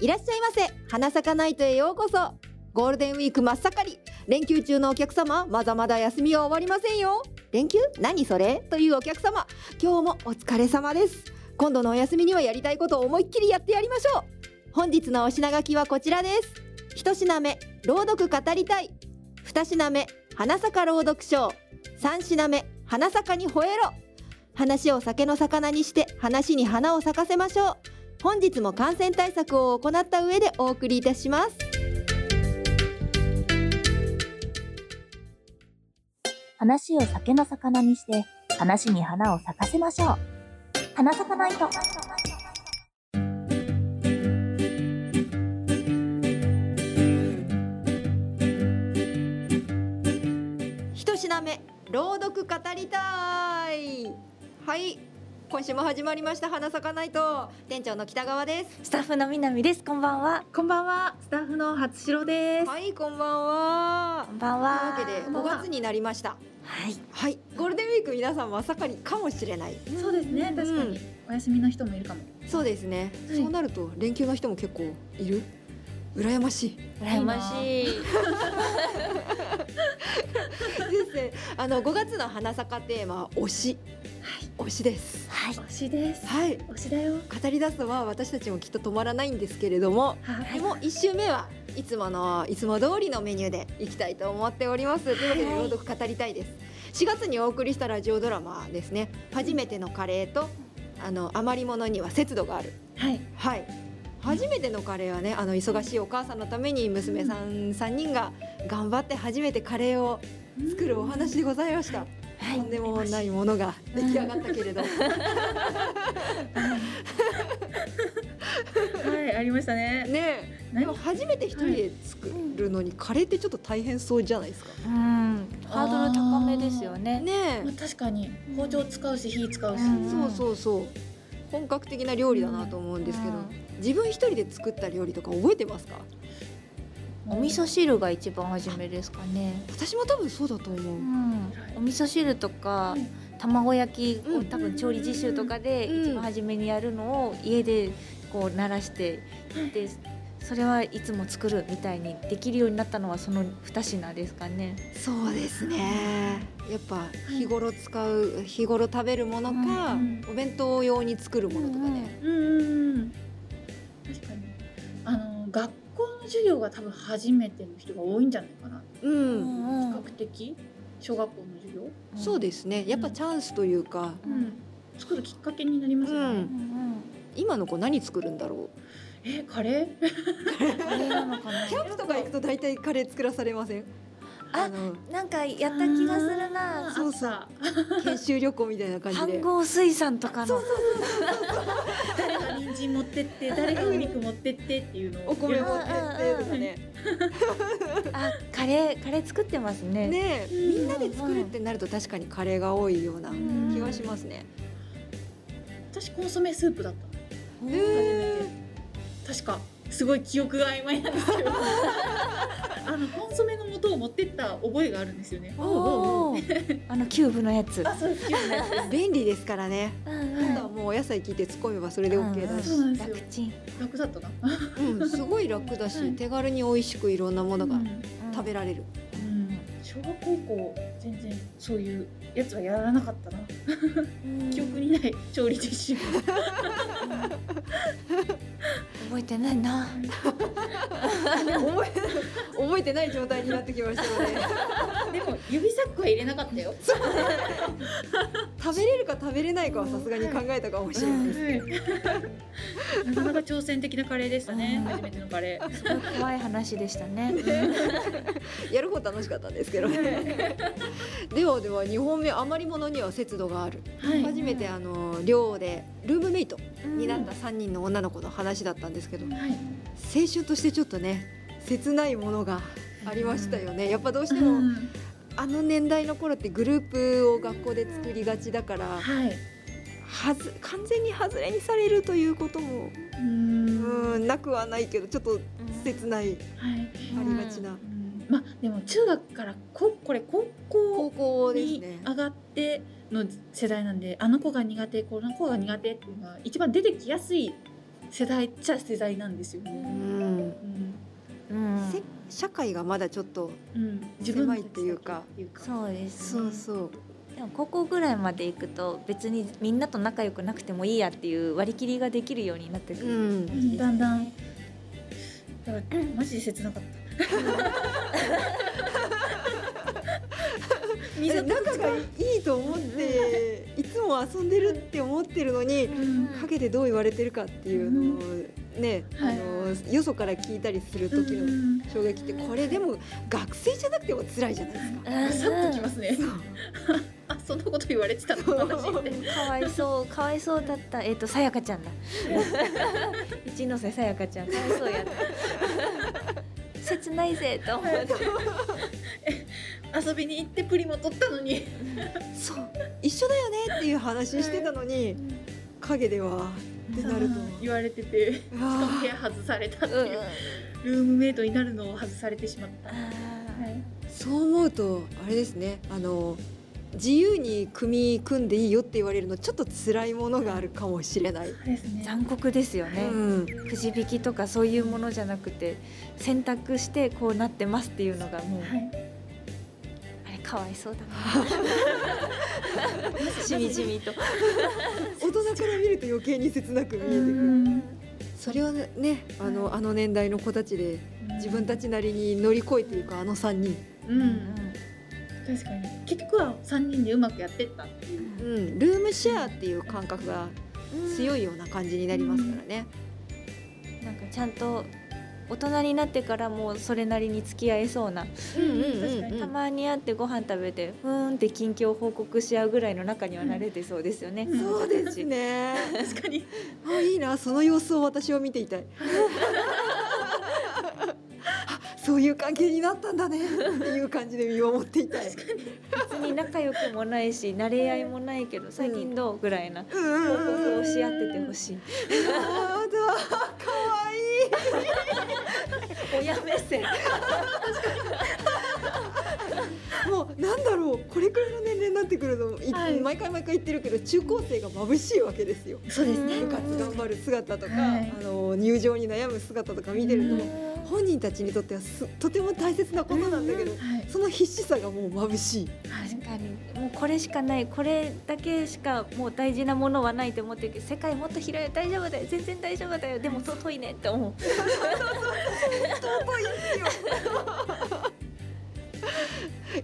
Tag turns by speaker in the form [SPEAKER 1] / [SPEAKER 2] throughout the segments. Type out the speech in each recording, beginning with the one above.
[SPEAKER 1] いらっしゃいませ花咲かナイトへようこそゴールデンウィーク真っ盛り連休中のお客様まだまだ休みは終わりませんよ連休何それというお客様今日もお疲れ様です今度のお休みにはやりたいことを思いっきりやってやりましょう本日のお品書きはこちらです一品目朗読語りたい二品目花坂朗読賞三品目花坂に吠えろ話を酒の魚にして話に花を咲かせましょう本日も感染対策を行った上でお送りいたします
[SPEAKER 2] 話を酒の魚にして話に花を咲かせましょう花咲かないと
[SPEAKER 1] 一品目朗読語りたいはい今週も始まりました花咲かないと店長の北川です
[SPEAKER 2] スタッフの南ですこんばんは
[SPEAKER 3] こんばんは、スタッフの初城です。
[SPEAKER 1] はいこんばんは
[SPEAKER 2] こんばん
[SPEAKER 1] というわけ
[SPEAKER 2] は
[SPEAKER 1] で
[SPEAKER 3] んば
[SPEAKER 1] 5
[SPEAKER 3] んは
[SPEAKER 1] 月になりました
[SPEAKER 2] はい
[SPEAKER 1] はいゴールデンウィーク皆さんまさかにかもしれない
[SPEAKER 3] そうですね、確かに、お休みの人もいるかも。
[SPEAKER 1] そうですね、
[SPEAKER 3] はい
[SPEAKER 1] そうなると連休の人も結構いる羨ましい
[SPEAKER 2] 羨ましい
[SPEAKER 1] ですねあの5月の花咲かテーマは推し、推しです
[SPEAKER 2] はい
[SPEAKER 3] 推しです。
[SPEAKER 1] はい
[SPEAKER 3] 推しだよ。
[SPEAKER 1] 語り出すは私たちもきっと止まらないんですけれども
[SPEAKER 3] はい。
[SPEAKER 1] もう1週目はいつものいつも通りのメニューでいきたいと思っておりますというわけで
[SPEAKER 2] はい
[SPEAKER 1] 朗読語りたいです4月にお送りしたラジオドラマですね初めてのカレーとあの余り物には節度がある
[SPEAKER 3] はい。
[SPEAKER 1] はい初めてのカレーはねあの忙しいお母さんのために娘さん3人が頑張って初めてカレーを作るお話でございました、
[SPEAKER 2] は
[SPEAKER 1] とんでもないものが出来上がったけれど、
[SPEAKER 3] はい、ありましたね。
[SPEAKER 1] ねえでも初めて一人で作るのにカレーってちょっと大変そうじゃないですか。
[SPEAKER 2] うんハードル高めですよね
[SPEAKER 1] ね
[SPEAKER 3] まあ、確かに、包丁使うし、火使うし。
[SPEAKER 2] うん
[SPEAKER 1] えそうそうそう本格的な料理だなと思うんですけど、
[SPEAKER 2] うん
[SPEAKER 1] 自分一人で作った料理とか覚えてますか
[SPEAKER 2] お味噌汁が一番初めですかね
[SPEAKER 1] 私も多分そうだと思う、
[SPEAKER 2] うんお味噌汁とか
[SPEAKER 3] うん
[SPEAKER 2] 卵焼き
[SPEAKER 1] う
[SPEAKER 2] を
[SPEAKER 1] ん
[SPEAKER 2] 多分調理実習とかで
[SPEAKER 1] うん
[SPEAKER 2] 一番初めにやるのを家でこう慣らしてでそれはいつも作るみたいにできるようになったのはその2品ですかね。
[SPEAKER 1] そうですねやっぱ日頃使う日頃食べるものか、
[SPEAKER 3] うん
[SPEAKER 1] お弁当用に作るものとかね、
[SPEAKER 3] うんうんうん。確かに。あの、学校の授業が多分初めての人が多いんじゃないかな。
[SPEAKER 1] うん、
[SPEAKER 2] うんうん
[SPEAKER 3] 比較的。小学校の授業。
[SPEAKER 1] そうですねやっぱチャンスというか、
[SPEAKER 2] うん
[SPEAKER 3] 作るきっかけになりますよ
[SPEAKER 1] う
[SPEAKER 3] ね
[SPEAKER 1] ん。
[SPEAKER 2] うん
[SPEAKER 1] 今の子何作るんだろう
[SPEAKER 3] え、カレー。
[SPEAKER 2] うん、あれなのかな
[SPEAKER 1] キャンプとか行くと大体カレー作らされません
[SPEAKER 2] あ
[SPEAKER 1] の
[SPEAKER 2] なんかやった気がする
[SPEAKER 3] あー
[SPEAKER 2] な
[SPEAKER 1] そうそう
[SPEAKER 3] あった
[SPEAKER 1] 研修旅行みたいな感じで
[SPEAKER 2] 飯合水産とかの
[SPEAKER 3] 誰が人参持ってって、誰がお肉持ってってっていうのを。
[SPEAKER 1] お米持
[SPEAKER 2] も
[SPEAKER 1] ってってとかね
[SPEAKER 2] あカレーカレー作ってますね
[SPEAKER 1] ねえ
[SPEAKER 3] うん
[SPEAKER 1] みんなで作るってなると確かにカレーが多いような
[SPEAKER 2] うん
[SPEAKER 1] 気がしますね。
[SPEAKER 3] 私コンソメスープだった。
[SPEAKER 2] うん
[SPEAKER 1] へ
[SPEAKER 3] 確かすごい記憶が曖昧な んですけどあのコンソメの素を持ってった覚えがあるんですよね
[SPEAKER 1] おうおうおう
[SPEAKER 2] おーあのキューブのやつ
[SPEAKER 3] あそうですね
[SPEAKER 1] 便利ですからね。
[SPEAKER 2] うん
[SPEAKER 1] あとはもうお野菜切って突っ込めばそれで OK だし
[SPEAKER 3] う、んうん
[SPEAKER 2] 楽ちん
[SPEAKER 3] 楽だったな
[SPEAKER 1] うん、すごい楽だ
[SPEAKER 3] う
[SPEAKER 1] し
[SPEAKER 3] ん
[SPEAKER 1] 手軽に美味しくいろんなものが
[SPEAKER 3] うん
[SPEAKER 1] 食べられる。
[SPEAKER 3] うん小学校以降全然そういうやつはやらなかったな
[SPEAKER 2] うん
[SPEAKER 3] 記憶にない調理実習
[SPEAKER 2] 覚えてないな
[SPEAKER 1] 覚え覚えてない状態になってきましたので、
[SPEAKER 3] でも指サックは入れなかったよ
[SPEAKER 1] 食べれるか食べれないかはさすがに考えたかもしれないです。
[SPEAKER 3] なかなか挑戦的なカレーでしたね
[SPEAKER 2] うん
[SPEAKER 3] 初めてのカレー
[SPEAKER 2] すごい怖い話でしたね
[SPEAKER 1] やる方楽しかったんですけどね。ではでは2本目余り物には節度がある。
[SPEAKER 3] は
[SPEAKER 1] 初めてあの寮でルームメイトになった3人の女の子の話だったんですけど
[SPEAKER 3] い
[SPEAKER 1] 青
[SPEAKER 3] はい
[SPEAKER 1] 春としてちょっとね切ないものがありましたよねやっぱどうして
[SPEAKER 3] う
[SPEAKER 1] も
[SPEAKER 3] ん
[SPEAKER 1] あの年代の頃ってグループを学校で作りがちだから
[SPEAKER 3] はい
[SPEAKER 1] はず完全に外れにされるということも
[SPEAKER 3] う
[SPEAKER 1] うんーんなくはないけどちょっと切ない
[SPEAKER 3] はい
[SPEAKER 1] ありがちな
[SPEAKER 3] うんまあでも中学からここれ高
[SPEAKER 1] 高
[SPEAKER 3] 校
[SPEAKER 1] 校です
[SPEAKER 3] に
[SPEAKER 1] ね。
[SPEAKER 3] 上がっての世代なんであの子が苦手この子が苦手っていうのは一番出てきやすい
[SPEAKER 4] 世代っちゃ世代なんですよ
[SPEAKER 1] う
[SPEAKER 4] ね。
[SPEAKER 1] ん、
[SPEAKER 4] うん
[SPEAKER 2] うん
[SPEAKER 1] せ社会がまだちょっと
[SPEAKER 4] うん、
[SPEAKER 1] 狭いっていうか
[SPEAKER 4] 自分たちだけっていうか
[SPEAKER 2] そうです
[SPEAKER 1] そうそう
[SPEAKER 2] でも高校ぐらいまで行くと別にみんなと仲良くなくてもいいやっていう割り切りができるようになってくる、
[SPEAKER 1] うん
[SPEAKER 4] うんだんだんだからマジで切なかった
[SPEAKER 1] え仲がいいと思っていつも遊んでるって思ってるのに
[SPEAKER 4] うん
[SPEAKER 1] 陰でどう言われてるかっていうのをね、
[SPEAKER 4] はい
[SPEAKER 1] あのよそから聞いたりする時
[SPEAKER 4] う
[SPEAKER 1] の
[SPEAKER 4] ん
[SPEAKER 1] 衝撃ってこれでも学生じゃなくても辛いじゃないですか。
[SPEAKER 2] うん
[SPEAKER 4] さっときますねあそんなこと言われてたの私って
[SPEAKER 2] かわいそうかわいそうだったえっ、とさやかちゃんだ一ノ瀬さやかちゃんかわいそうやった切ないぜと思 って
[SPEAKER 4] 遊びに行ってプリも取ったのに
[SPEAKER 1] そう一緒だよねっていう話してたのに陰ではってなると
[SPEAKER 4] うん言われててしかも部屋外されたって
[SPEAKER 2] うん
[SPEAKER 4] いうルームメイトになるのを外されてしまった、はい
[SPEAKER 1] そう思うとあれですねあの自由に組み組んでいいよって言われるのちょっと辛いものがあるかもしれない。
[SPEAKER 4] そうですね
[SPEAKER 2] 残酷ですよ
[SPEAKER 1] う
[SPEAKER 2] ね、
[SPEAKER 1] ん、
[SPEAKER 2] くじ引きとかそういうものじゃなくて選択してこうなってますっていうのがもう
[SPEAKER 4] はい
[SPEAKER 2] あれかわいそう だなしみじみと
[SPEAKER 1] 大人から見ると余計に切なく見えて
[SPEAKER 4] う
[SPEAKER 1] くる。
[SPEAKER 4] ん
[SPEAKER 1] それをねあの
[SPEAKER 4] は
[SPEAKER 1] あの年代の子たちで自分たちなりに乗り越えていくあの3人、
[SPEAKER 4] う
[SPEAKER 2] うん
[SPEAKER 4] ん確かに結局は三人でうまくやってったっていう
[SPEAKER 1] うん、ルームシェアっていう感覚が強いような感じになりますからね。
[SPEAKER 2] なんかちゃんと大人になってからもそれなりに付き合えそうな、
[SPEAKER 1] うんうんうん
[SPEAKER 4] 確かに
[SPEAKER 2] たまに会ってご飯食べてふーんって近況報告し合うぐらいの中には慣れてそうですよね、
[SPEAKER 4] うん
[SPEAKER 1] そうですね。
[SPEAKER 4] 確かに
[SPEAKER 1] あいいなその様子を私は見ていた い。あそういう関係になったんだねっていう感じで見守っていたい。
[SPEAKER 2] 別に仲良くもないし慣れ合いもないけど最近どうぐらいな
[SPEAKER 1] うんうん
[SPEAKER 2] 報
[SPEAKER 1] うん
[SPEAKER 2] 告
[SPEAKER 1] うん。
[SPEAKER 2] をし合っててほしい
[SPEAKER 1] あーだ可愛いい。
[SPEAKER 2] 親目線
[SPEAKER 1] もうなんだろうこれくらいの年齢になってくるの、い
[SPEAKER 4] はい
[SPEAKER 1] 毎回毎回言ってるけど中高生が眩しいわけですよ。
[SPEAKER 4] そうですね
[SPEAKER 1] 部活頑張る姿とか、
[SPEAKER 4] はい
[SPEAKER 1] あの入場に悩む姿とか見てると
[SPEAKER 4] うん
[SPEAKER 1] 本人たちにとってはすとても大切なことなんだけど、
[SPEAKER 4] はい
[SPEAKER 1] その必死さがもう眩しい。
[SPEAKER 2] 確かにもうこれしかないこれだけしかもう大事なものはないと思ってるけど世界もっと広いよ大丈夫だよ全然大丈夫だよでも尊いねって思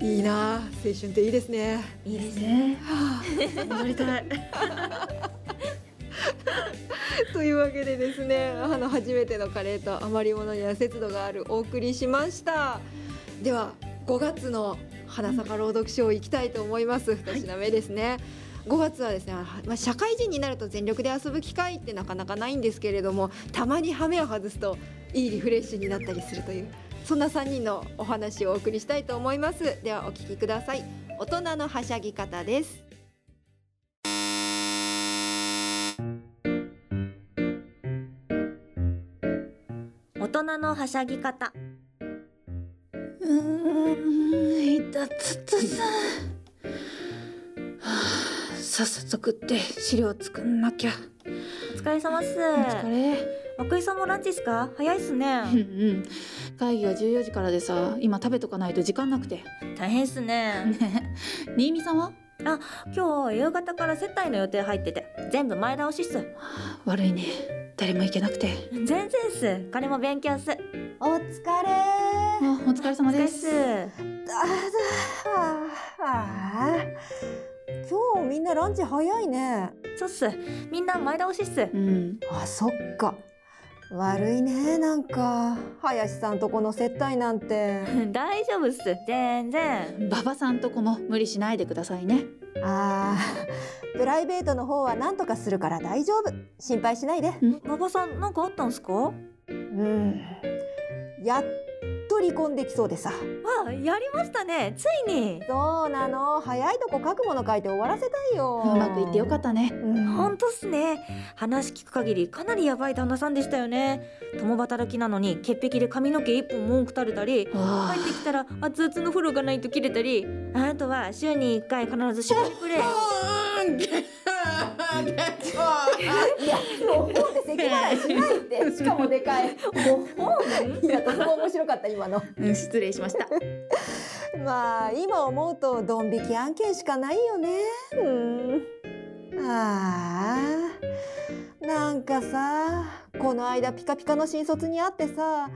[SPEAKER 2] う
[SPEAKER 1] いいなあ青春っていいですね。
[SPEAKER 2] いい
[SPEAKER 4] ですね
[SPEAKER 1] は
[SPEAKER 4] 戻りたい
[SPEAKER 1] あ というわけでですねあの初めてのカレーと余り物や節度があるお送りしました。では5月の花坂朗読賞行きたいと思います。二品目ですね。5月はですね、あまあ、社会人になると全力で遊ぶ機会ってなかなかないんですけれどもたまに羽目を外すといいリフレッシュになったりするというそんな3人のお話をお送りしたいと思いますではお聞きください大人のはしゃぎ方です
[SPEAKER 2] 大人のはしゃぎ方
[SPEAKER 4] うーんいたつつさはあさっさと食って資料作んなきゃ
[SPEAKER 2] お疲れ様っす
[SPEAKER 4] お疲れ
[SPEAKER 2] 奥井さんもランチっすか早いっすね
[SPEAKER 3] うんうん会議は14時からでさ今食べとかないと時間なくて
[SPEAKER 2] 大変っすね
[SPEAKER 3] ねえ新見さんは
[SPEAKER 2] 今日夕方から接待の予定入ってて全部前倒しっす
[SPEAKER 3] 悪いね誰も行けなくて
[SPEAKER 2] 全然っす彼も勉強っす
[SPEAKER 1] お疲れ
[SPEAKER 3] あお疲れ様です
[SPEAKER 1] 今日みんなランチ早いね
[SPEAKER 2] そうっすみんな前倒しっす
[SPEAKER 3] うん
[SPEAKER 1] あそっか悪いねなんか林さんとこの接待なんて
[SPEAKER 2] 大丈夫っす全然
[SPEAKER 3] 馬場さんとこも無理しないでくださいね
[SPEAKER 1] あープライベートの方は何とかするから大丈夫心配しないで
[SPEAKER 2] 馬場さんなんかあったんすか
[SPEAKER 1] うんやっと離婚できそうでさ
[SPEAKER 2] あやりましたねついに
[SPEAKER 1] そうなの早いとこ書くもの書いて終わらせたいよ
[SPEAKER 3] うまくいってよかったね
[SPEAKER 1] うん
[SPEAKER 2] 本当っすね話聞く限りかなりやばい旦那さんでしたよね共働きなのに潔癖で髪の毛一本文句垂れたり帰
[SPEAKER 3] あ
[SPEAKER 2] ってきたら熱々の風呂がないと切れたりあとは週に1回必ず食事プレイ
[SPEAKER 1] あ
[SPEAKER 5] んけん結構
[SPEAKER 1] いや、もう本で咳払いしないって、しかもでかい。ご本。いや、とても面白かった、今の。
[SPEAKER 5] うん失礼しました
[SPEAKER 1] まあ、今思うと、ドン引き案件しかないよね。うん。ああ。なんかさ、この間ピカピカの新卒に会ってさ、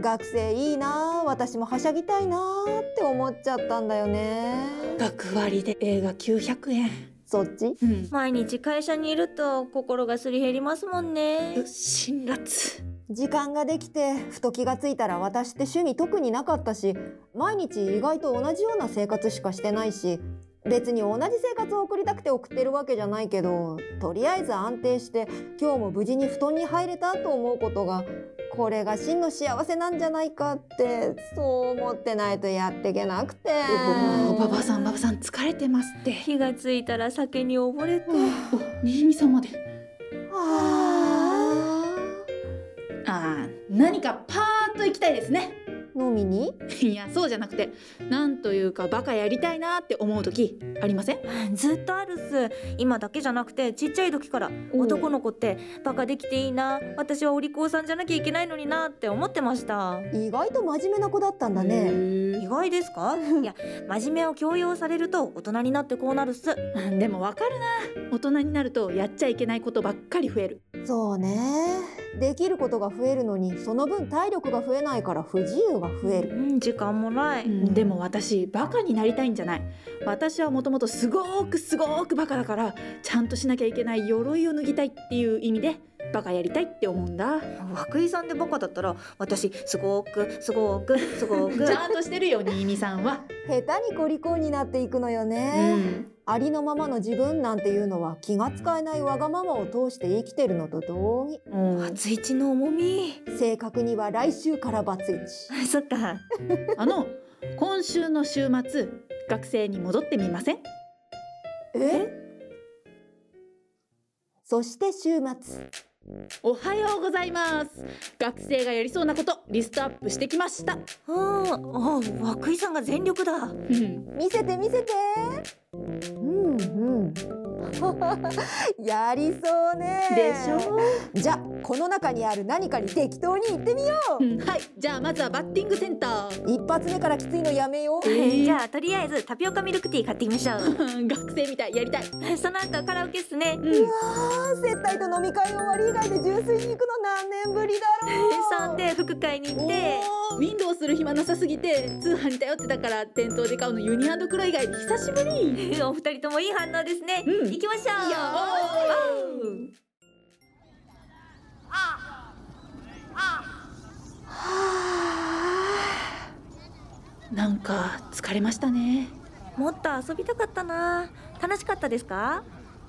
[SPEAKER 1] 学生いいな、私もはしゃぎたいなって思っちゃったんだよね。
[SPEAKER 3] 学割で映画900円。
[SPEAKER 1] そっち
[SPEAKER 3] うん。
[SPEAKER 2] 毎日会社にいると心がすり減りますもんね
[SPEAKER 3] 辛辣。
[SPEAKER 1] 時間ができてふと気がついたら私って趣味特になかったし毎日意外と同じような生活しかしてないし別に同じ生活を送りたくて送ってるわけじゃないけどとりあえず安定して今日も無事に布団に入れたと思うことがこれが真の幸せなんじゃないかってそう思ってないとやってけなくて
[SPEAKER 3] おばばさん、ばばさん、疲れてますって。
[SPEAKER 2] 気がついたら酒に溺れて
[SPEAKER 3] お、にじみさんまで。
[SPEAKER 1] あ
[SPEAKER 3] あ
[SPEAKER 5] 何かパーッと行きたいですね
[SPEAKER 1] ー飲みに
[SPEAKER 3] あ、いや、そうじゃなくて、なんというか、バカやりたいなって思う時、ありません。
[SPEAKER 2] ずっとあるっす今だけじゃなくてちっちゃい時から
[SPEAKER 3] おう
[SPEAKER 2] 男の子ってバカできていいな私はお利口さんじゃなきゃいけないのになって思ってました
[SPEAKER 1] 意外と真面目な子だったんだ
[SPEAKER 3] へ
[SPEAKER 1] ね
[SPEAKER 3] ー
[SPEAKER 2] 意外ですか いや真面目を強要されると大人になってこうなるっす
[SPEAKER 3] うんでも、わかるな。大人になると、やっちゃいけないことばっかり増える。
[SPEAKER 1] そうねできることが増えるのにその分体力が増えないから不自由が増え
[SPEAKER 2] う
[SPEAKER 1] る
[SPEAKER 2] ん時間もない、
[SPEAKER 1] ん
[SPEAKER 3] でも私バカになりたいんじゃない私はもともとすごーくすごーくバカだからちゃんとしなきゃいけない鎧を脱ぎたいっていう意味でバカやりたいって思うんだ
[SPEAKER 2] 涌井さんでバカだったら私すごーくすごーくすごー
[SPEAKER 3] ち
[SPEAKER 2] く
[SPEAKER 3] ゃんとしてるよ新見さんは、
[SPEAKER 1] 下手にこりこになっていくのよ
[SPEAKER 3] う
[SPEAKER 1] ね、
[SPEAKER 3] ん、
[SPEAKER 1] ありのままの自分なんていうのは気が使えないわがままを通して生きてるのと同義
[SPEAKER 2] 初一の重み
[SPEAKER 1] 正確には来週からバツイチ
[SPEAKER 2] そっか
[SPEAKER 3] あの今週の週末学生に戻ってみません
[SPEAKER 1] えそして週末
[SPEAKER 3] おはようございます学生がやりそうなことリストアップしてきました、
[SPEAKER 2] うんあ涌井さんが全力だ
[SPEAKER 3] うん、
[SPEAKER 1] 見せて見せてうんうん やりそうね
[SPEAKER 3] でしょ、
[SPEAKER 1] じゃあこの中にある何かに適当に言ってみよ
[SPEAKER 3] うん、はいじゃあまずはバッティングセンター
[SPEAKER 1] う一発目からきついのやめよう
[SPEAKER 2] じゃあとりあえずタピオカミルクティー買ってきましょう
[SPEAKER 3] うん 学生みたいやりたい、
[SPEAKER 2] その後カラオケっすね
[SPEAKER 3] うん、
[SPEAKER 1] あー接待と飲み会終わり以外で純粋に行くの何年ぶりだろう
[SPEAKER 2] そんで副会に行って
[SPEAKER 3] ウィンドウする暇なさすぎて通販に頼ってたから店頭で買うのユニクロ以外で久しぶり
[SPEAKER 2] お二人ともいい反応ですね、
[SPEAKER 3] うん
[SPEAKER 2] 行きましょう
[SPEAKER 3] なんか疲れましたね
[SPEAKER 2] もっと遊びたかったな楽しかったですか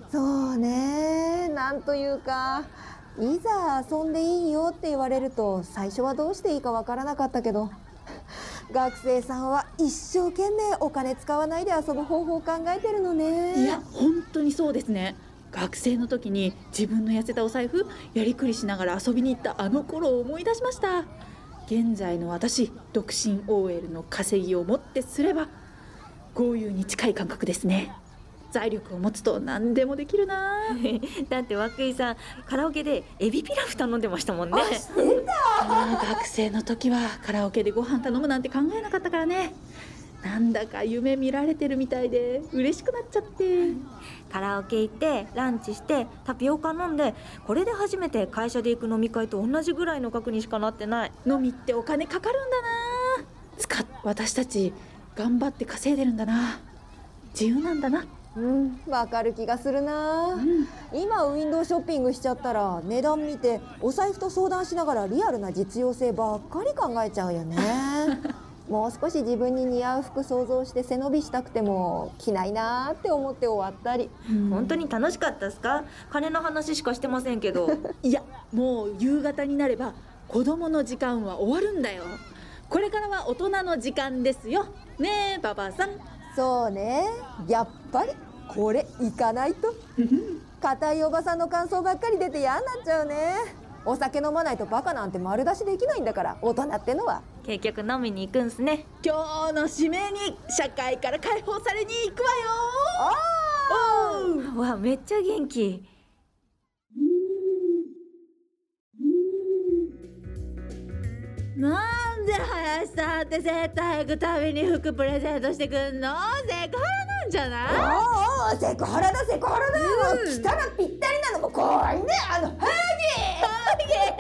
[SPEAKER 1] そうねなんというかいざ遊んでいいよって言われると最初はどうしていいかわからなかったけど学生さんは一生懸命お金使わないで遊ぶ方法を考えてるのね
[SPEAKER 3] いや本当にそうですね学生の時に自分の痩せたお財布やりくりしながら遊びに行ったあの頃を思い出しました現在の私独身 OL の稼ぎをもってすれば豪遊に近い感覚ですね財力を持つと何でもできるな ぁ
[SPEAKER 2] だって涌井さんカラオケでエビピラフ頼んでましたもんね
[SPEAKER 3] あー学生の時はカラオケでご飯頼むなんて考えなかったからねなんだか夢見られてるみたいで嬉しくなっちゃって
[SPEAKER 2] カラオケ行ってランチしてタピオカ飲んでこれで初めて会社で行く飲み会と同じぐらいの額にしかなってない
[SPEAKER 3] 飲みってお金かかるんだな使っ私たち頑張って稼いでるんだな自由なんだな、
[SPEAKER 1] うんわかる気がするな
[SPEAKER 3] うん、
[SPEAKER 1] 今ウィンドウショッピングしちゃったら値段見てお財布と相談しながらリアルな実用性ばっかり考えちゃうよねもう少し自分に似合う服想像して背伸びしたくても着ないなーって思って終わったり
[SPEAKER 2] 本当に楽しかったですか金の話しかしてませんけ ど
[SPEAKER 3] いやもう夕方になれば子供の時間は終わるんだよこれからは大人の時間ですよねえババさん
[SPEAKER 1] そうねやっぱりこれいかないと硬いおばさんの感想ばっかり出て嫌になっちゃうねお酒飲まないとバカなんて丸出しできないんだから大人ってのは
[SPEAKER 2] 結局飲みに行くんすね
[SPEAKER 3] 今日の締めに社会から解放されに行くわよ
[SPEAKER 1] あ
[SPEAKER 2] わめっちゃ元気
[SPEAKER 5] なんで林さんって絶対行くたびに服プレゼントしてくんのセクハラなんじゃない
[SPEAKER 6] おうおうセクハラだセクハラだよ、来たらぴったりなのも怖いねあのハーゲ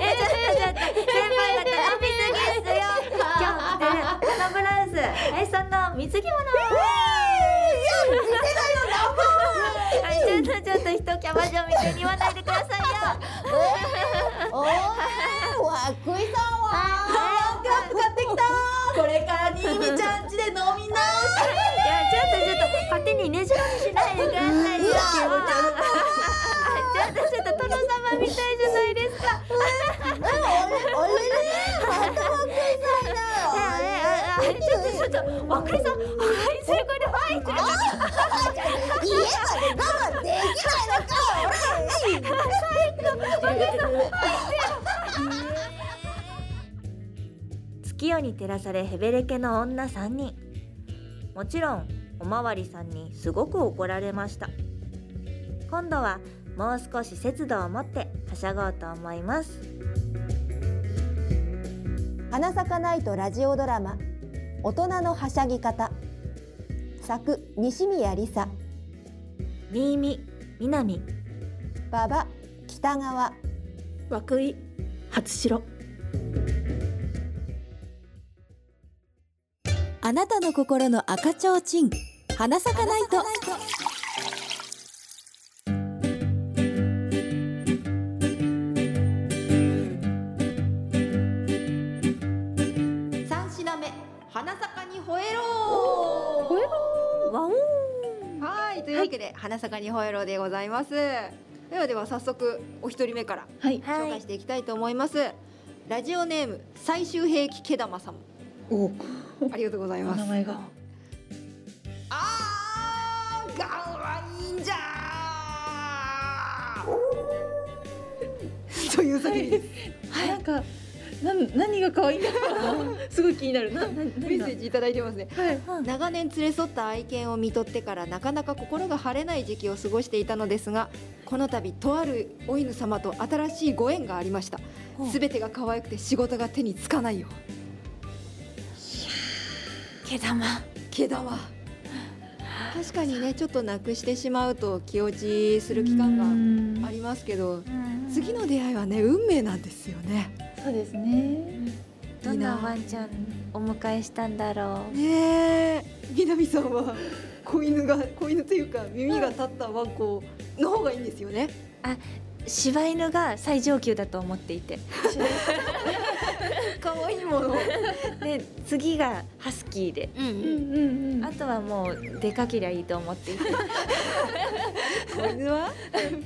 [SPEAKER 7] え、ちょっとちょっと先輩方飲みすぎですよ。今日、ね、このブラウス、林さんの水 着物。あちょっとちょっと人キャバ嬢みたいに言わないでくださいよ。
[SPEAKER 6] ーおーわっくいさんはワンカップ買ってきたこれからにみちゃん家で飲みない
[SPEAKER 7] やちょっとちょっと勝手にねじろにしないでくださいよ。ちょっとちょっと殿様みたいじゃないですか。
[SPEAKER 6] おれねまたわっくいさんだ
[SPEAKER 7] えええ
[SPEAKER 6] よ
[SPEAKER 7] えちょっとちょっと、わかりさん、はい、成功で入ってる。
[SPEAKER 6] 家まで我慢できないのか
[SPEAKER 7] 月夜に照らされヘベレケの女3人もちろんおまわりさんにすごく怒られました今度はもう少し節度を持ってはしゃごうと思います
[SPEAKER 1] 花咲かないとラジオドラマ大人のはしゃぎ方作西宮梨沙
[SPEAKER 7] みーみみなみ
[SPEAKER 1] 馬場北川
[SPEAKER 3] 和久井初城
[SPEAKER 1] あなたの心の赤ちょうちん花咲かないと三品目花咲かに吠えろ吠えろ
[SPEAKER 7] わおん
[SPEAKER 1] はいというわけで、花咲かに吠えろでございますではでは早速お一人目から
[SPEAKER 3] はい
[SPEAKER 1] 紹
[SPEAKER 7] は
[SPEAKER 1] 介
[SPEAKER 7] い
[SPEAKER 1] していきたいと思います、ラジオネーム最終兵器けだまさん
[SPEAKER 3] お
[SPEAKER 1] ありがとうござい
[SPEAKER 3] お
[SPEAKER 1] ます
[SPEAKER 3] 名前が
[SPEAKER 1] あーガンは忍者という作品です
[SPEAKER 3] なんかなん何が可愛いんだろう すごい気になるなな
[SPEAKER 1] メ
[SPEAKER 3] 何
[SPEAKER 1] ッ
[SPEAKER 3] が
[SPEAKER 1] セージいただいてますね
[SPEAKER 3] はい
[SPEAKER 1] 長年連れ添った愛犬を見とってからなかなか心が晴れない時期を過ごしていたのですがこの度とあるお犬様と新しいご縁がありました
[SPEAKER 7] ほう
[SPEAKER 1] すべてが可愛くて仕事が手につかないよ
[SPEAKER 7] 毛玉
[SPEAKER 1] 毛玉確かにねちょっとなくしてしまうと気落ちする期間がありますけど次の出会いはね運命なんですよね
[SPEAKER 3] そうですね
[SPEAKER 2] どんなワンちゃんお迎えしたんだろう
[SPEAKER 1] ねえ南さんは子犬が子犬というか耳が立ったワンコの方がいいんですよね
[SPEAKER 2] 柴犬が最上級だと思っていて
[SPEAKER 1] 可愛いもの
[SPEAKER 2] で次がハスキーで
[SPEAKER 3] うんうんうん
[SPEAKER 2] あとはもう出かけりゃいいと思っていて
[SPEAKER 1] 子犬は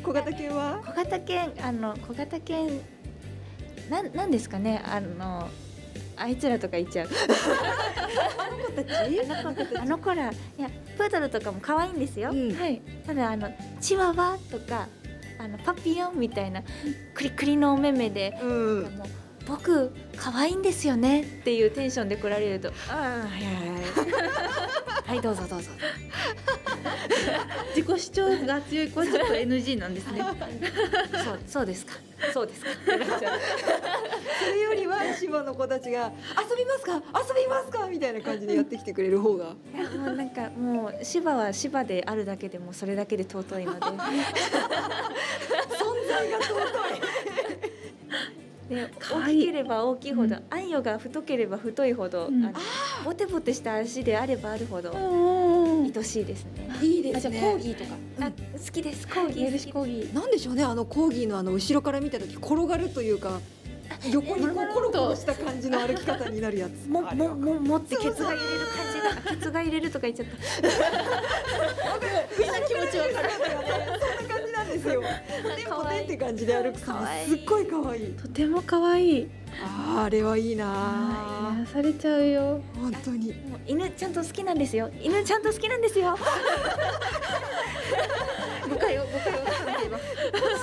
[SPEAKER 1] 小型犬は
[SPEAKER 2] 小型犬あの小型犬なんなんですかねあのあいつらとか言っちゃうあの子たちあの子らいやプードルとかも可愛いんですよ、
[SPEAKER 1] うん
[SPEAKER 2] はいただあのチワワとかあのパピヨンみたいなクリクリのお目目で
[SPEAKER 1] うん
[SPEAKER 2] もう僕可愛いんですよねっていうテンションで来られるとああはいはい はいはいどうぞどうぞ
[SPEAKER 3] 自己主張が強い子はちょっと NG なんですね
[SPEAKER 2] そうそうですかそうですか
[SPEAKER 1] それよりは島の子たちが遊びますか遊びますかみたいな感じでやってきてくれる方が
[SPEAKER 2] いやもうなんかもう芝は芝であるだけでもうそれだけで尊いので存在が尊いで
[SPEAKER 3] かわ
[SPEAKER 2] 大
[SPEAKER 3] いい
[SPEAKER 2] きければ大きいほど、あんよが太ければ太いほど、
[SPEAKER 3] うん
[SPEAKER 2] あのボテボテした足であればあるほど愛しいですね、
[SPEAKER 1] いいで
[SPEAKER 3] あじゃあコーギーとか
[SPEAKER 2] あ好きですコーギー
[SPEAKER 3] メルシコーギー
[SPEAKER 1] なんでしょうねあのコーギーのあの後ろから見た時転がるというか横にこうコロコロした感じの歩き方になるやつ
[SPEAKER 2] も
[SPEAKER 1] あれ
[SPEAKER 2] もも持ってケツが揺れる感じがあケツが揺れるとか言っちゃった
[SPEAKER 1] みんな気持ちわかるそんな感じなんですよでもねって感じで歩く
[SPEAKER 2] か
[SPEAKER 1] 感
[SPEAKER 2] わい
[SPEAKER 1] じ
[SPEAKER 2] い
[SPEAKER 1] すっごい可愛い
[SPEAKER 3] とても可愛い
[SPEAKER 1] あーあれはいい
[SPEAKER 3] 癒
[SPEAKER 1] な
[SPEAKER 3] やされちゃうよ
[SPEAKER 1] ー本当に
[SPEAKER 2] もう犬ちゃんと好きなんですよ犬ちゃんと好きなんですよ
[SPEAKER 1] 誤解を誤解を重ねています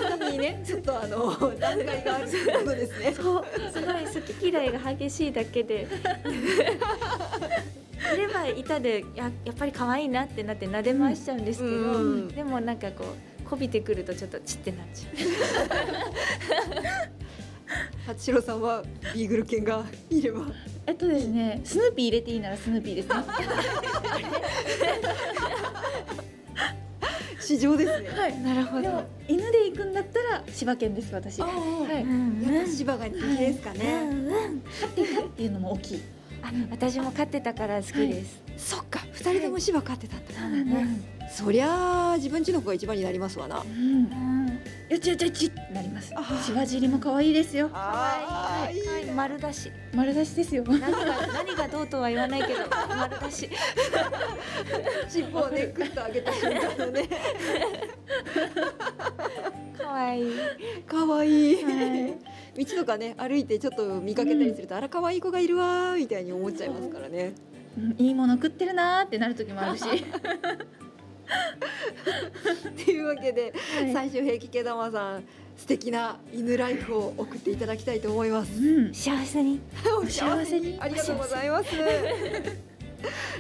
[SPEAKER 1] ちなみにね ちょっとあの段階があるということですね
[SPEAKER 2] そうすごい好き嫌いが激しいだけでいればいたでややっぱり可愛いなってなって撫で回しちゃうんですけど、
[SPEAKER 1] うん
[SPEAKER 2] でもなんかこうこびてくるとちょっとチってなっちゃう
[SPEAKER 1] 八代さんはビーグル犬がいれば
[SPEAKER 3] えっとですね、スヌーピー入れていいならスヌーピーですね。
[SPEAKER 1] 市場ですね。
[SPEAKER 3] はい、なるほど。犬で行くんだったら柴犬です私。はい。
[SPEAKER 1] はい。やっぱ芝が人気ですかね。
[SPEAKER 3] っていうのも大きい。
[SPEAKER 2] あ私も飼ってたから好きです、
[SPEAKER 1] そっか、二人とも芝飼ってたんだ。
[SPEAKER 3] うん
[SPEAKER 1] そりゃあ自分ちの子が一番になりますわな。
[SPEAKER 3] うん。よちよちよちってなります
[SPEAKER 1] あー。
[SPEAKER 3] 柴尻も可愛いですよ。
[SPEAKER 1] あ
[SPEAKER 2] はいはい、丸だし
[SPEAKER 3] 丸出しですよ。
[SPEAKER 2] 何が何がどうとは言わないけど丸だし
[SPEAKER 1] 尻尾をね、くっと上げた瞬間のね。
[SPEAKER 2] 可愛い
[SPEAKER 1] 可愛い道とかね、歩いてちょっと見かけたりすると、あら可愛い子がいるわーみたいに思っちゃいますからね。
[SPEAKER 3] うんいいもの食ってるなーってなる時もあるし。
[SPEAKER 1] っていうわけで、最終兵器け玉さん。素敵な犬ライフを送っていただきたいと思い ます。
[SPEAKER 3] うん。
[SPEAKER 2] 幸せに
[SPEAKER 1] お
[SPEAKER 3] 幸せに
[SPEAKER 1] ありがとうございます。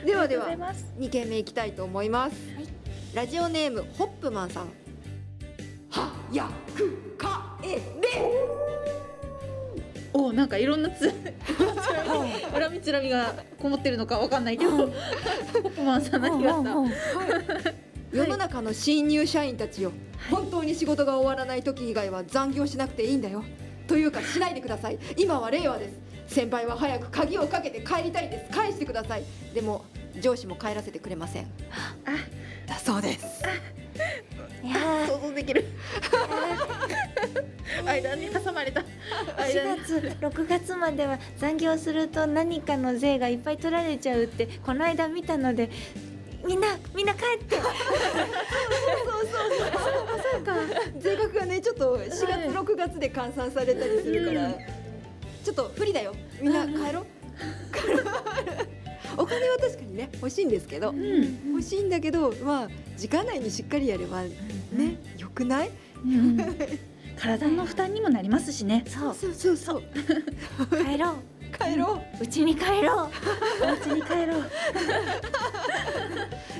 [SPEAKER 1] ではでは。
[SPEAKER 3] ます。
[SPEAKER 1] 二件目いきたいと思います、ラジオネームホップマンさん早く帰れ
[SPEAKER 3] おなんかいろんなつ恨みつらみがこもってるのかわかんないけどホップマンさん何があった
[SPEAKER 1] 世の中の新入社員たちよ、本当に仕事が終わらない時以外は残業しなくていいんだよというかしないでください今は令和です先輩は早く鍵をかけて帰りたいんです返してくださいでも上司も帰らせてくれませんだそうです
[SPEAKER 7] いや
[SPEAKER 3] 想像できる間に挟まれた間
[SPEAKER 7] 4
[SPEAKER 3] に
[SPEAKER 7] 月6月までは残業すると何かの税がいっぱい取られちゃうってこの間見たのでみんなみんな帰って
[SPEAKER 1] 税額がねちょっと4月
[SPEAKER 3] はい
[SPEAKER 1] 6月で換算されたりするから、
[SPEAKER 3] うん
[SPEAKER 1] ちょっと不利だよみんな帰ろ う、帰ろうお金は確かにね欲しいんですけど、
[SPEAKER 3] うん
[SPEAKER 1] 欲しいんだけどまあ時間内にしっかりやればね、良くない
[SPEAKER 3] うん体の負担にもなりますしね
[SPEAKER 7] そう
[SPEAKER 1] そうそうそう
[SPEAKER 7] 帰ろう
[SPEAKER 1] 帰ろ
[SPEAKER 7] うちに帰ろう
[SPEAKER 3] お家に帰ろう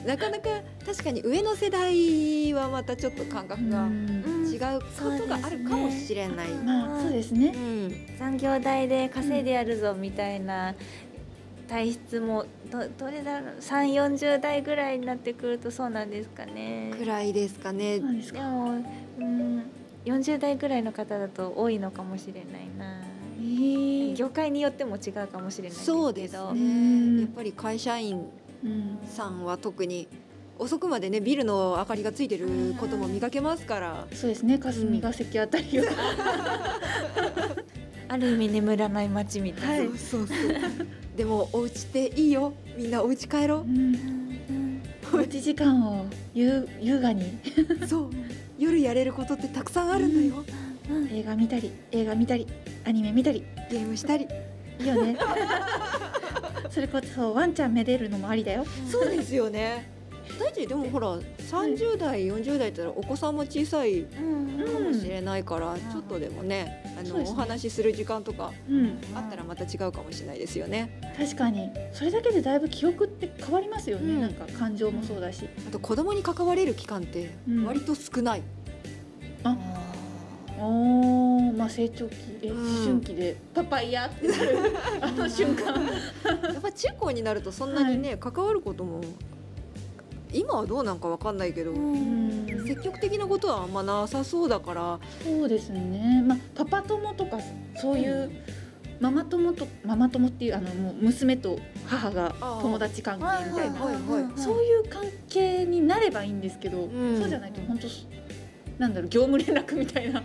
[SPEAKER 1] うなかなか確かに上の世代はまたちょっと感覚が違うことがあるかもしれない、
[SPEAKER 3] まあそうですね
[SPEAKER 1] うん
[SPEAKER 7] 残業代で稼いでやるぞみたいな体質もどどれだろう3 4 0代ぐらいになってくるとそうなんですかね。
[SPEAKER 1] くらいですかね
[SPEAKER 3] そうです
[SPEAKER 7] で
[SPEAKER 3] か
[SPEAKER 7] もうん40代ぐらいの方だと多いのかもしれないな。業界によっても違うかもしれないですけど。
[SPEAKER 1] そうです
[SPEAKER 3] う
[SPEAKER 1] ね
[SPEAKER 3] ん
[SPEAKER 1] やっぱり会社員
[SPEAKER 3] うん
[SPEAKER 1] さんは特に遅くまでねビルの明かりがついてることも見かけますから、
[SPEAKER 3] そうですね霞が関あたりが
[SPEAKER 2] ある意味眠らない街みたいな、
[SPEAKER 1] そうそうそうでもお家っていいよみんなお家帰ろ
[SPEAKER 3] おうち時間を優優雅に
[SPEAKER 1] うそう夜やれることってたくさんあるんだよ、
[SPEAKER 3] 映画見たり映画見たりアニメ見たり
[SPEAKER 1] ゲームしたり
[SPEAKER 3] いい よねそれこそワンちゃんめでるのもありだよ
[SPEAKER 1] そうですよね大地でもほら30代40代って言ったらお子さんも小さいかもしれないから、ちょっとでもねあ
[SPEAKER 3] そ
[SPEAKER 1] の
[SPEAKER 3] うですね
[SPEAKER 1] お話しする時間とか
[SPEAKER 3] うん
[SPEAKER 1] あったらまた違うかもしれないですよね
[SPEAKER 3] 確かにそれだけでだいぶ記憶って変わりますよね、
[SPEAKER 1] うん
[SPEAKER 3] なんか感情もそうだし、
[SPEAKER 1] あと子供に関われる期間って
[SPEAKER 3] うん
[SPEAKER 1] 割と少ない、
[SPEAKER 3] おーまあ成長期え、
[SPEAKER 1] うん
[SPEAKER 3] 思春期でパパイヤってなるあの瞬間
[SPEAKER 1] やっぱ中高になるとそんなにね、関わることも今はどうなんかわかんないけど、
[SPEAKER 3] うん
[SPEAKER 1] 積極的なことはあんまなさそうだから
[SPEAKER 3] そうですねまあパパ友とかそういう、ママ友とママ友っていうあのもう娘と母が
[SPEAKER 1] あー
[SPEAKER 3] 友達関係みたいな
[SPEAKER 1] はいはいはい
[SPEAKER 3] そういう関係になればいいんですけど、
[SPEAKER 1] ん
[SPEAKER 3] そうじゃないと本当なんだろう業務連絡みたいな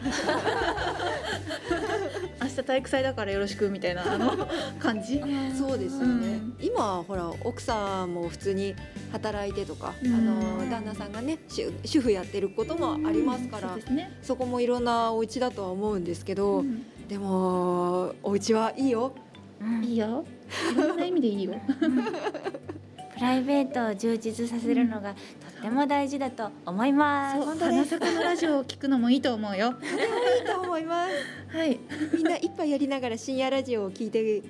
[SPEAKER 3] 明日体育祭だからよろしくみたいなあの感じ
[SPEAKER 1] そうですよね、
[SPEAKER 3] うん
[SPEAKER 1] 今はほら奥さんも普通に働いてとか、
[SPEAKER 3] うん
[SPEAKER 1] あの旦那さんがね主主婦やってることもありますから、
[SPEAKER 3] そうですね、
[SPEAKER 1] そこもいろんなお家だとは思うんですけど、
[SPEAKER 3] うん
[SPEAKER 1] でもお家はいいよ
[SPEAKER 3] いいよいろんな意味でいいよ
[SPEAKER 7] プライベートを充実させるのがとっても大事だと思います。
[SPEAKER 3] そう花坂のラジオを聞くのもいいと思うよ
[SPEAKER 1] いいと思います
[SPEAKER 3] はい
[SPEAKER 1] みんな一杯やりながら深夜ラジオを聞いて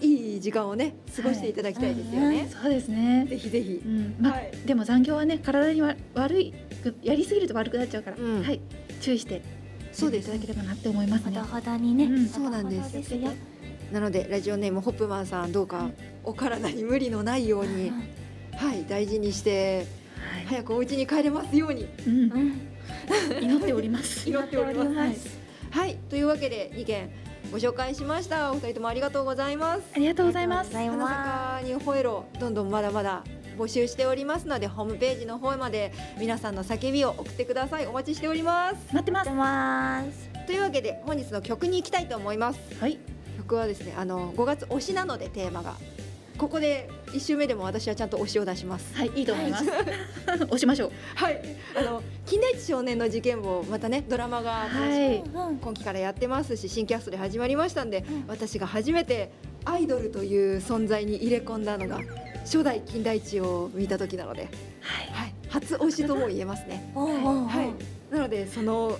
[SPEAKER 1] いい時間をね過ごしていただきたいですよね、
[SPEAKER 3] そうですね。
[SPEAKER 1] ぜひぜひ
[SPEAKER 3] うん、まあ、
[SPEAKER 1] はい
[SPEAKER 3] でも残業はね、体にわ悪いく、やりすぎると悪くなっちゃうから、
[SPEAKER 1] うん
[SPEAKER 3] はい、注意して。
[SPEAKER 1] そうです
[SPEAKER 3] やっていただければなって思います
[SPEAKER 7] ほ
[SPEAKER 3] ね
[SPEAKER 7] ど。ほどにね、
[SPEAKER 3] うん
[SPEAKER 1] そうなんで
[SPEAKER 7] ほ
[SPEAKER 1] す
[SPEAKER 7] どほどよ
[SPEAKER 1] なのでラジオネームホップマンさんどうかお体に無理のないようにはい大事にして
[SPEAKER 3] は
[SPEAKER 1] 早くお家に帰れますように
[SPEAKER 3] い、うん
[SPEAKER 7] う、ん
[SPEAKER 3] 祈っております。
[SPEAKER 1] 祈っておりますはいというわけで2件ご紹介しましたお二人ともありがとうございます
[SPEAKER 3] ありがとうございます。
[SPEAKER 7] ありがとうございます
[SPEAKER 1] 花坂に吠えろどんどんまだまだ募集しておりますのでホームページの方まで皆さんの叫びを送ってくださいお待ちしております
[SPEAKER 3] 待ってま
[SPEAKER 7] 待
[SPEAKER 3] す
[SPEAKER 7] っ。てます
[SPEAKER 1] というわけで本日の曲に行きたいと思います
[SPEAKER 3] はい、
[SPEAKER 1] 曲はですねあの5月推しなのでテーマがここで1週目でも私はちゃんと推しを出します
[SPEAKER 3] はい、いいと思います。押しましょう。
[SPEAKER 1] はいあの金田一少年の事件簿またねドラマが
[SPEAKER 3] はい、
[SPEAKER 1] 今期からやってますし新キャストで始まりましたんで、
[SPEAKER 7] ん
[SPEAKER 1] 私が初めてアイドルという存在に入れ込んだのが初代金田一を見た時なので、
[SPEAKER 3] はい
[SPEAKER 1] はい、初推しとも言えますね。
[SPEAKER 7] おうおうおう
[SPEAKER 1] はい、なのでその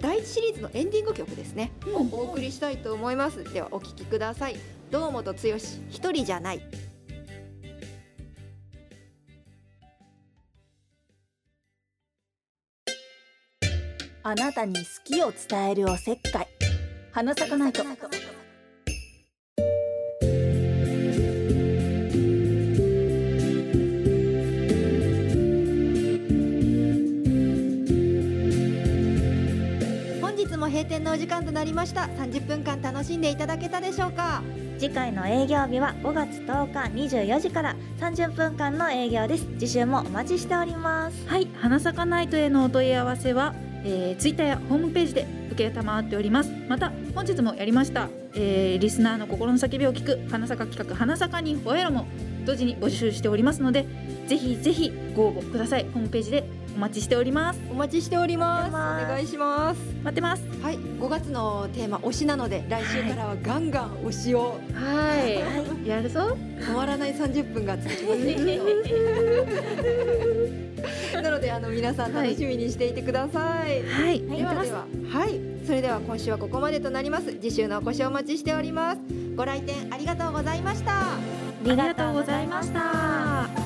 [SPEAKER 1] 第一シリーズのエンディング曲ですね、をお送りしたいと思いますではお聴きください堂本剛一人じゃない
[SPEAKER 6] あなたに好きを伝えるおせっかい花咲かないと
[SPEAKER 1] 本日も閉店のお時間となりました30分間楽しんでいただけたでしょうか
[SPEAKER 7] 次回の営業日は5月10日24時から30分間の営業です次週もお待ちしております
[SPEAKER 3] はい、花咲かナイトへのお問い合わせは、えー、ツイッターやホームページで受けたまわっております。また、本日もやりました、えー、リスナーの心の叫びを聞く花咲か企画花咲かに吠えろも同時に募集しておりますので、ぜひぜひご応募ください。ホームページでお待ちしております。
[SPEAKER 1] お待ちしておりますお
[SPEAKER 7] 待ってます
[SPEAKER 1] 願いします
[SPEAKER 3] 待ってます。
[SPEAKER 1] はい、5月のテーマ推しなので来週からはガンガン推しを
[SPEAKER 3] はい、やるぞ。
[SPEAKER 1] 止まらない30分が続きますねなのであの皆さん楽しみにしていてください、
[SPEAKER 3] はい、
[SPEAKER 1] ではでははいそれでは今週はここまでとなります次週のお越しをお待ちしておりますご来店ありがとうございました
[SPEAKER 7] ありがとうございました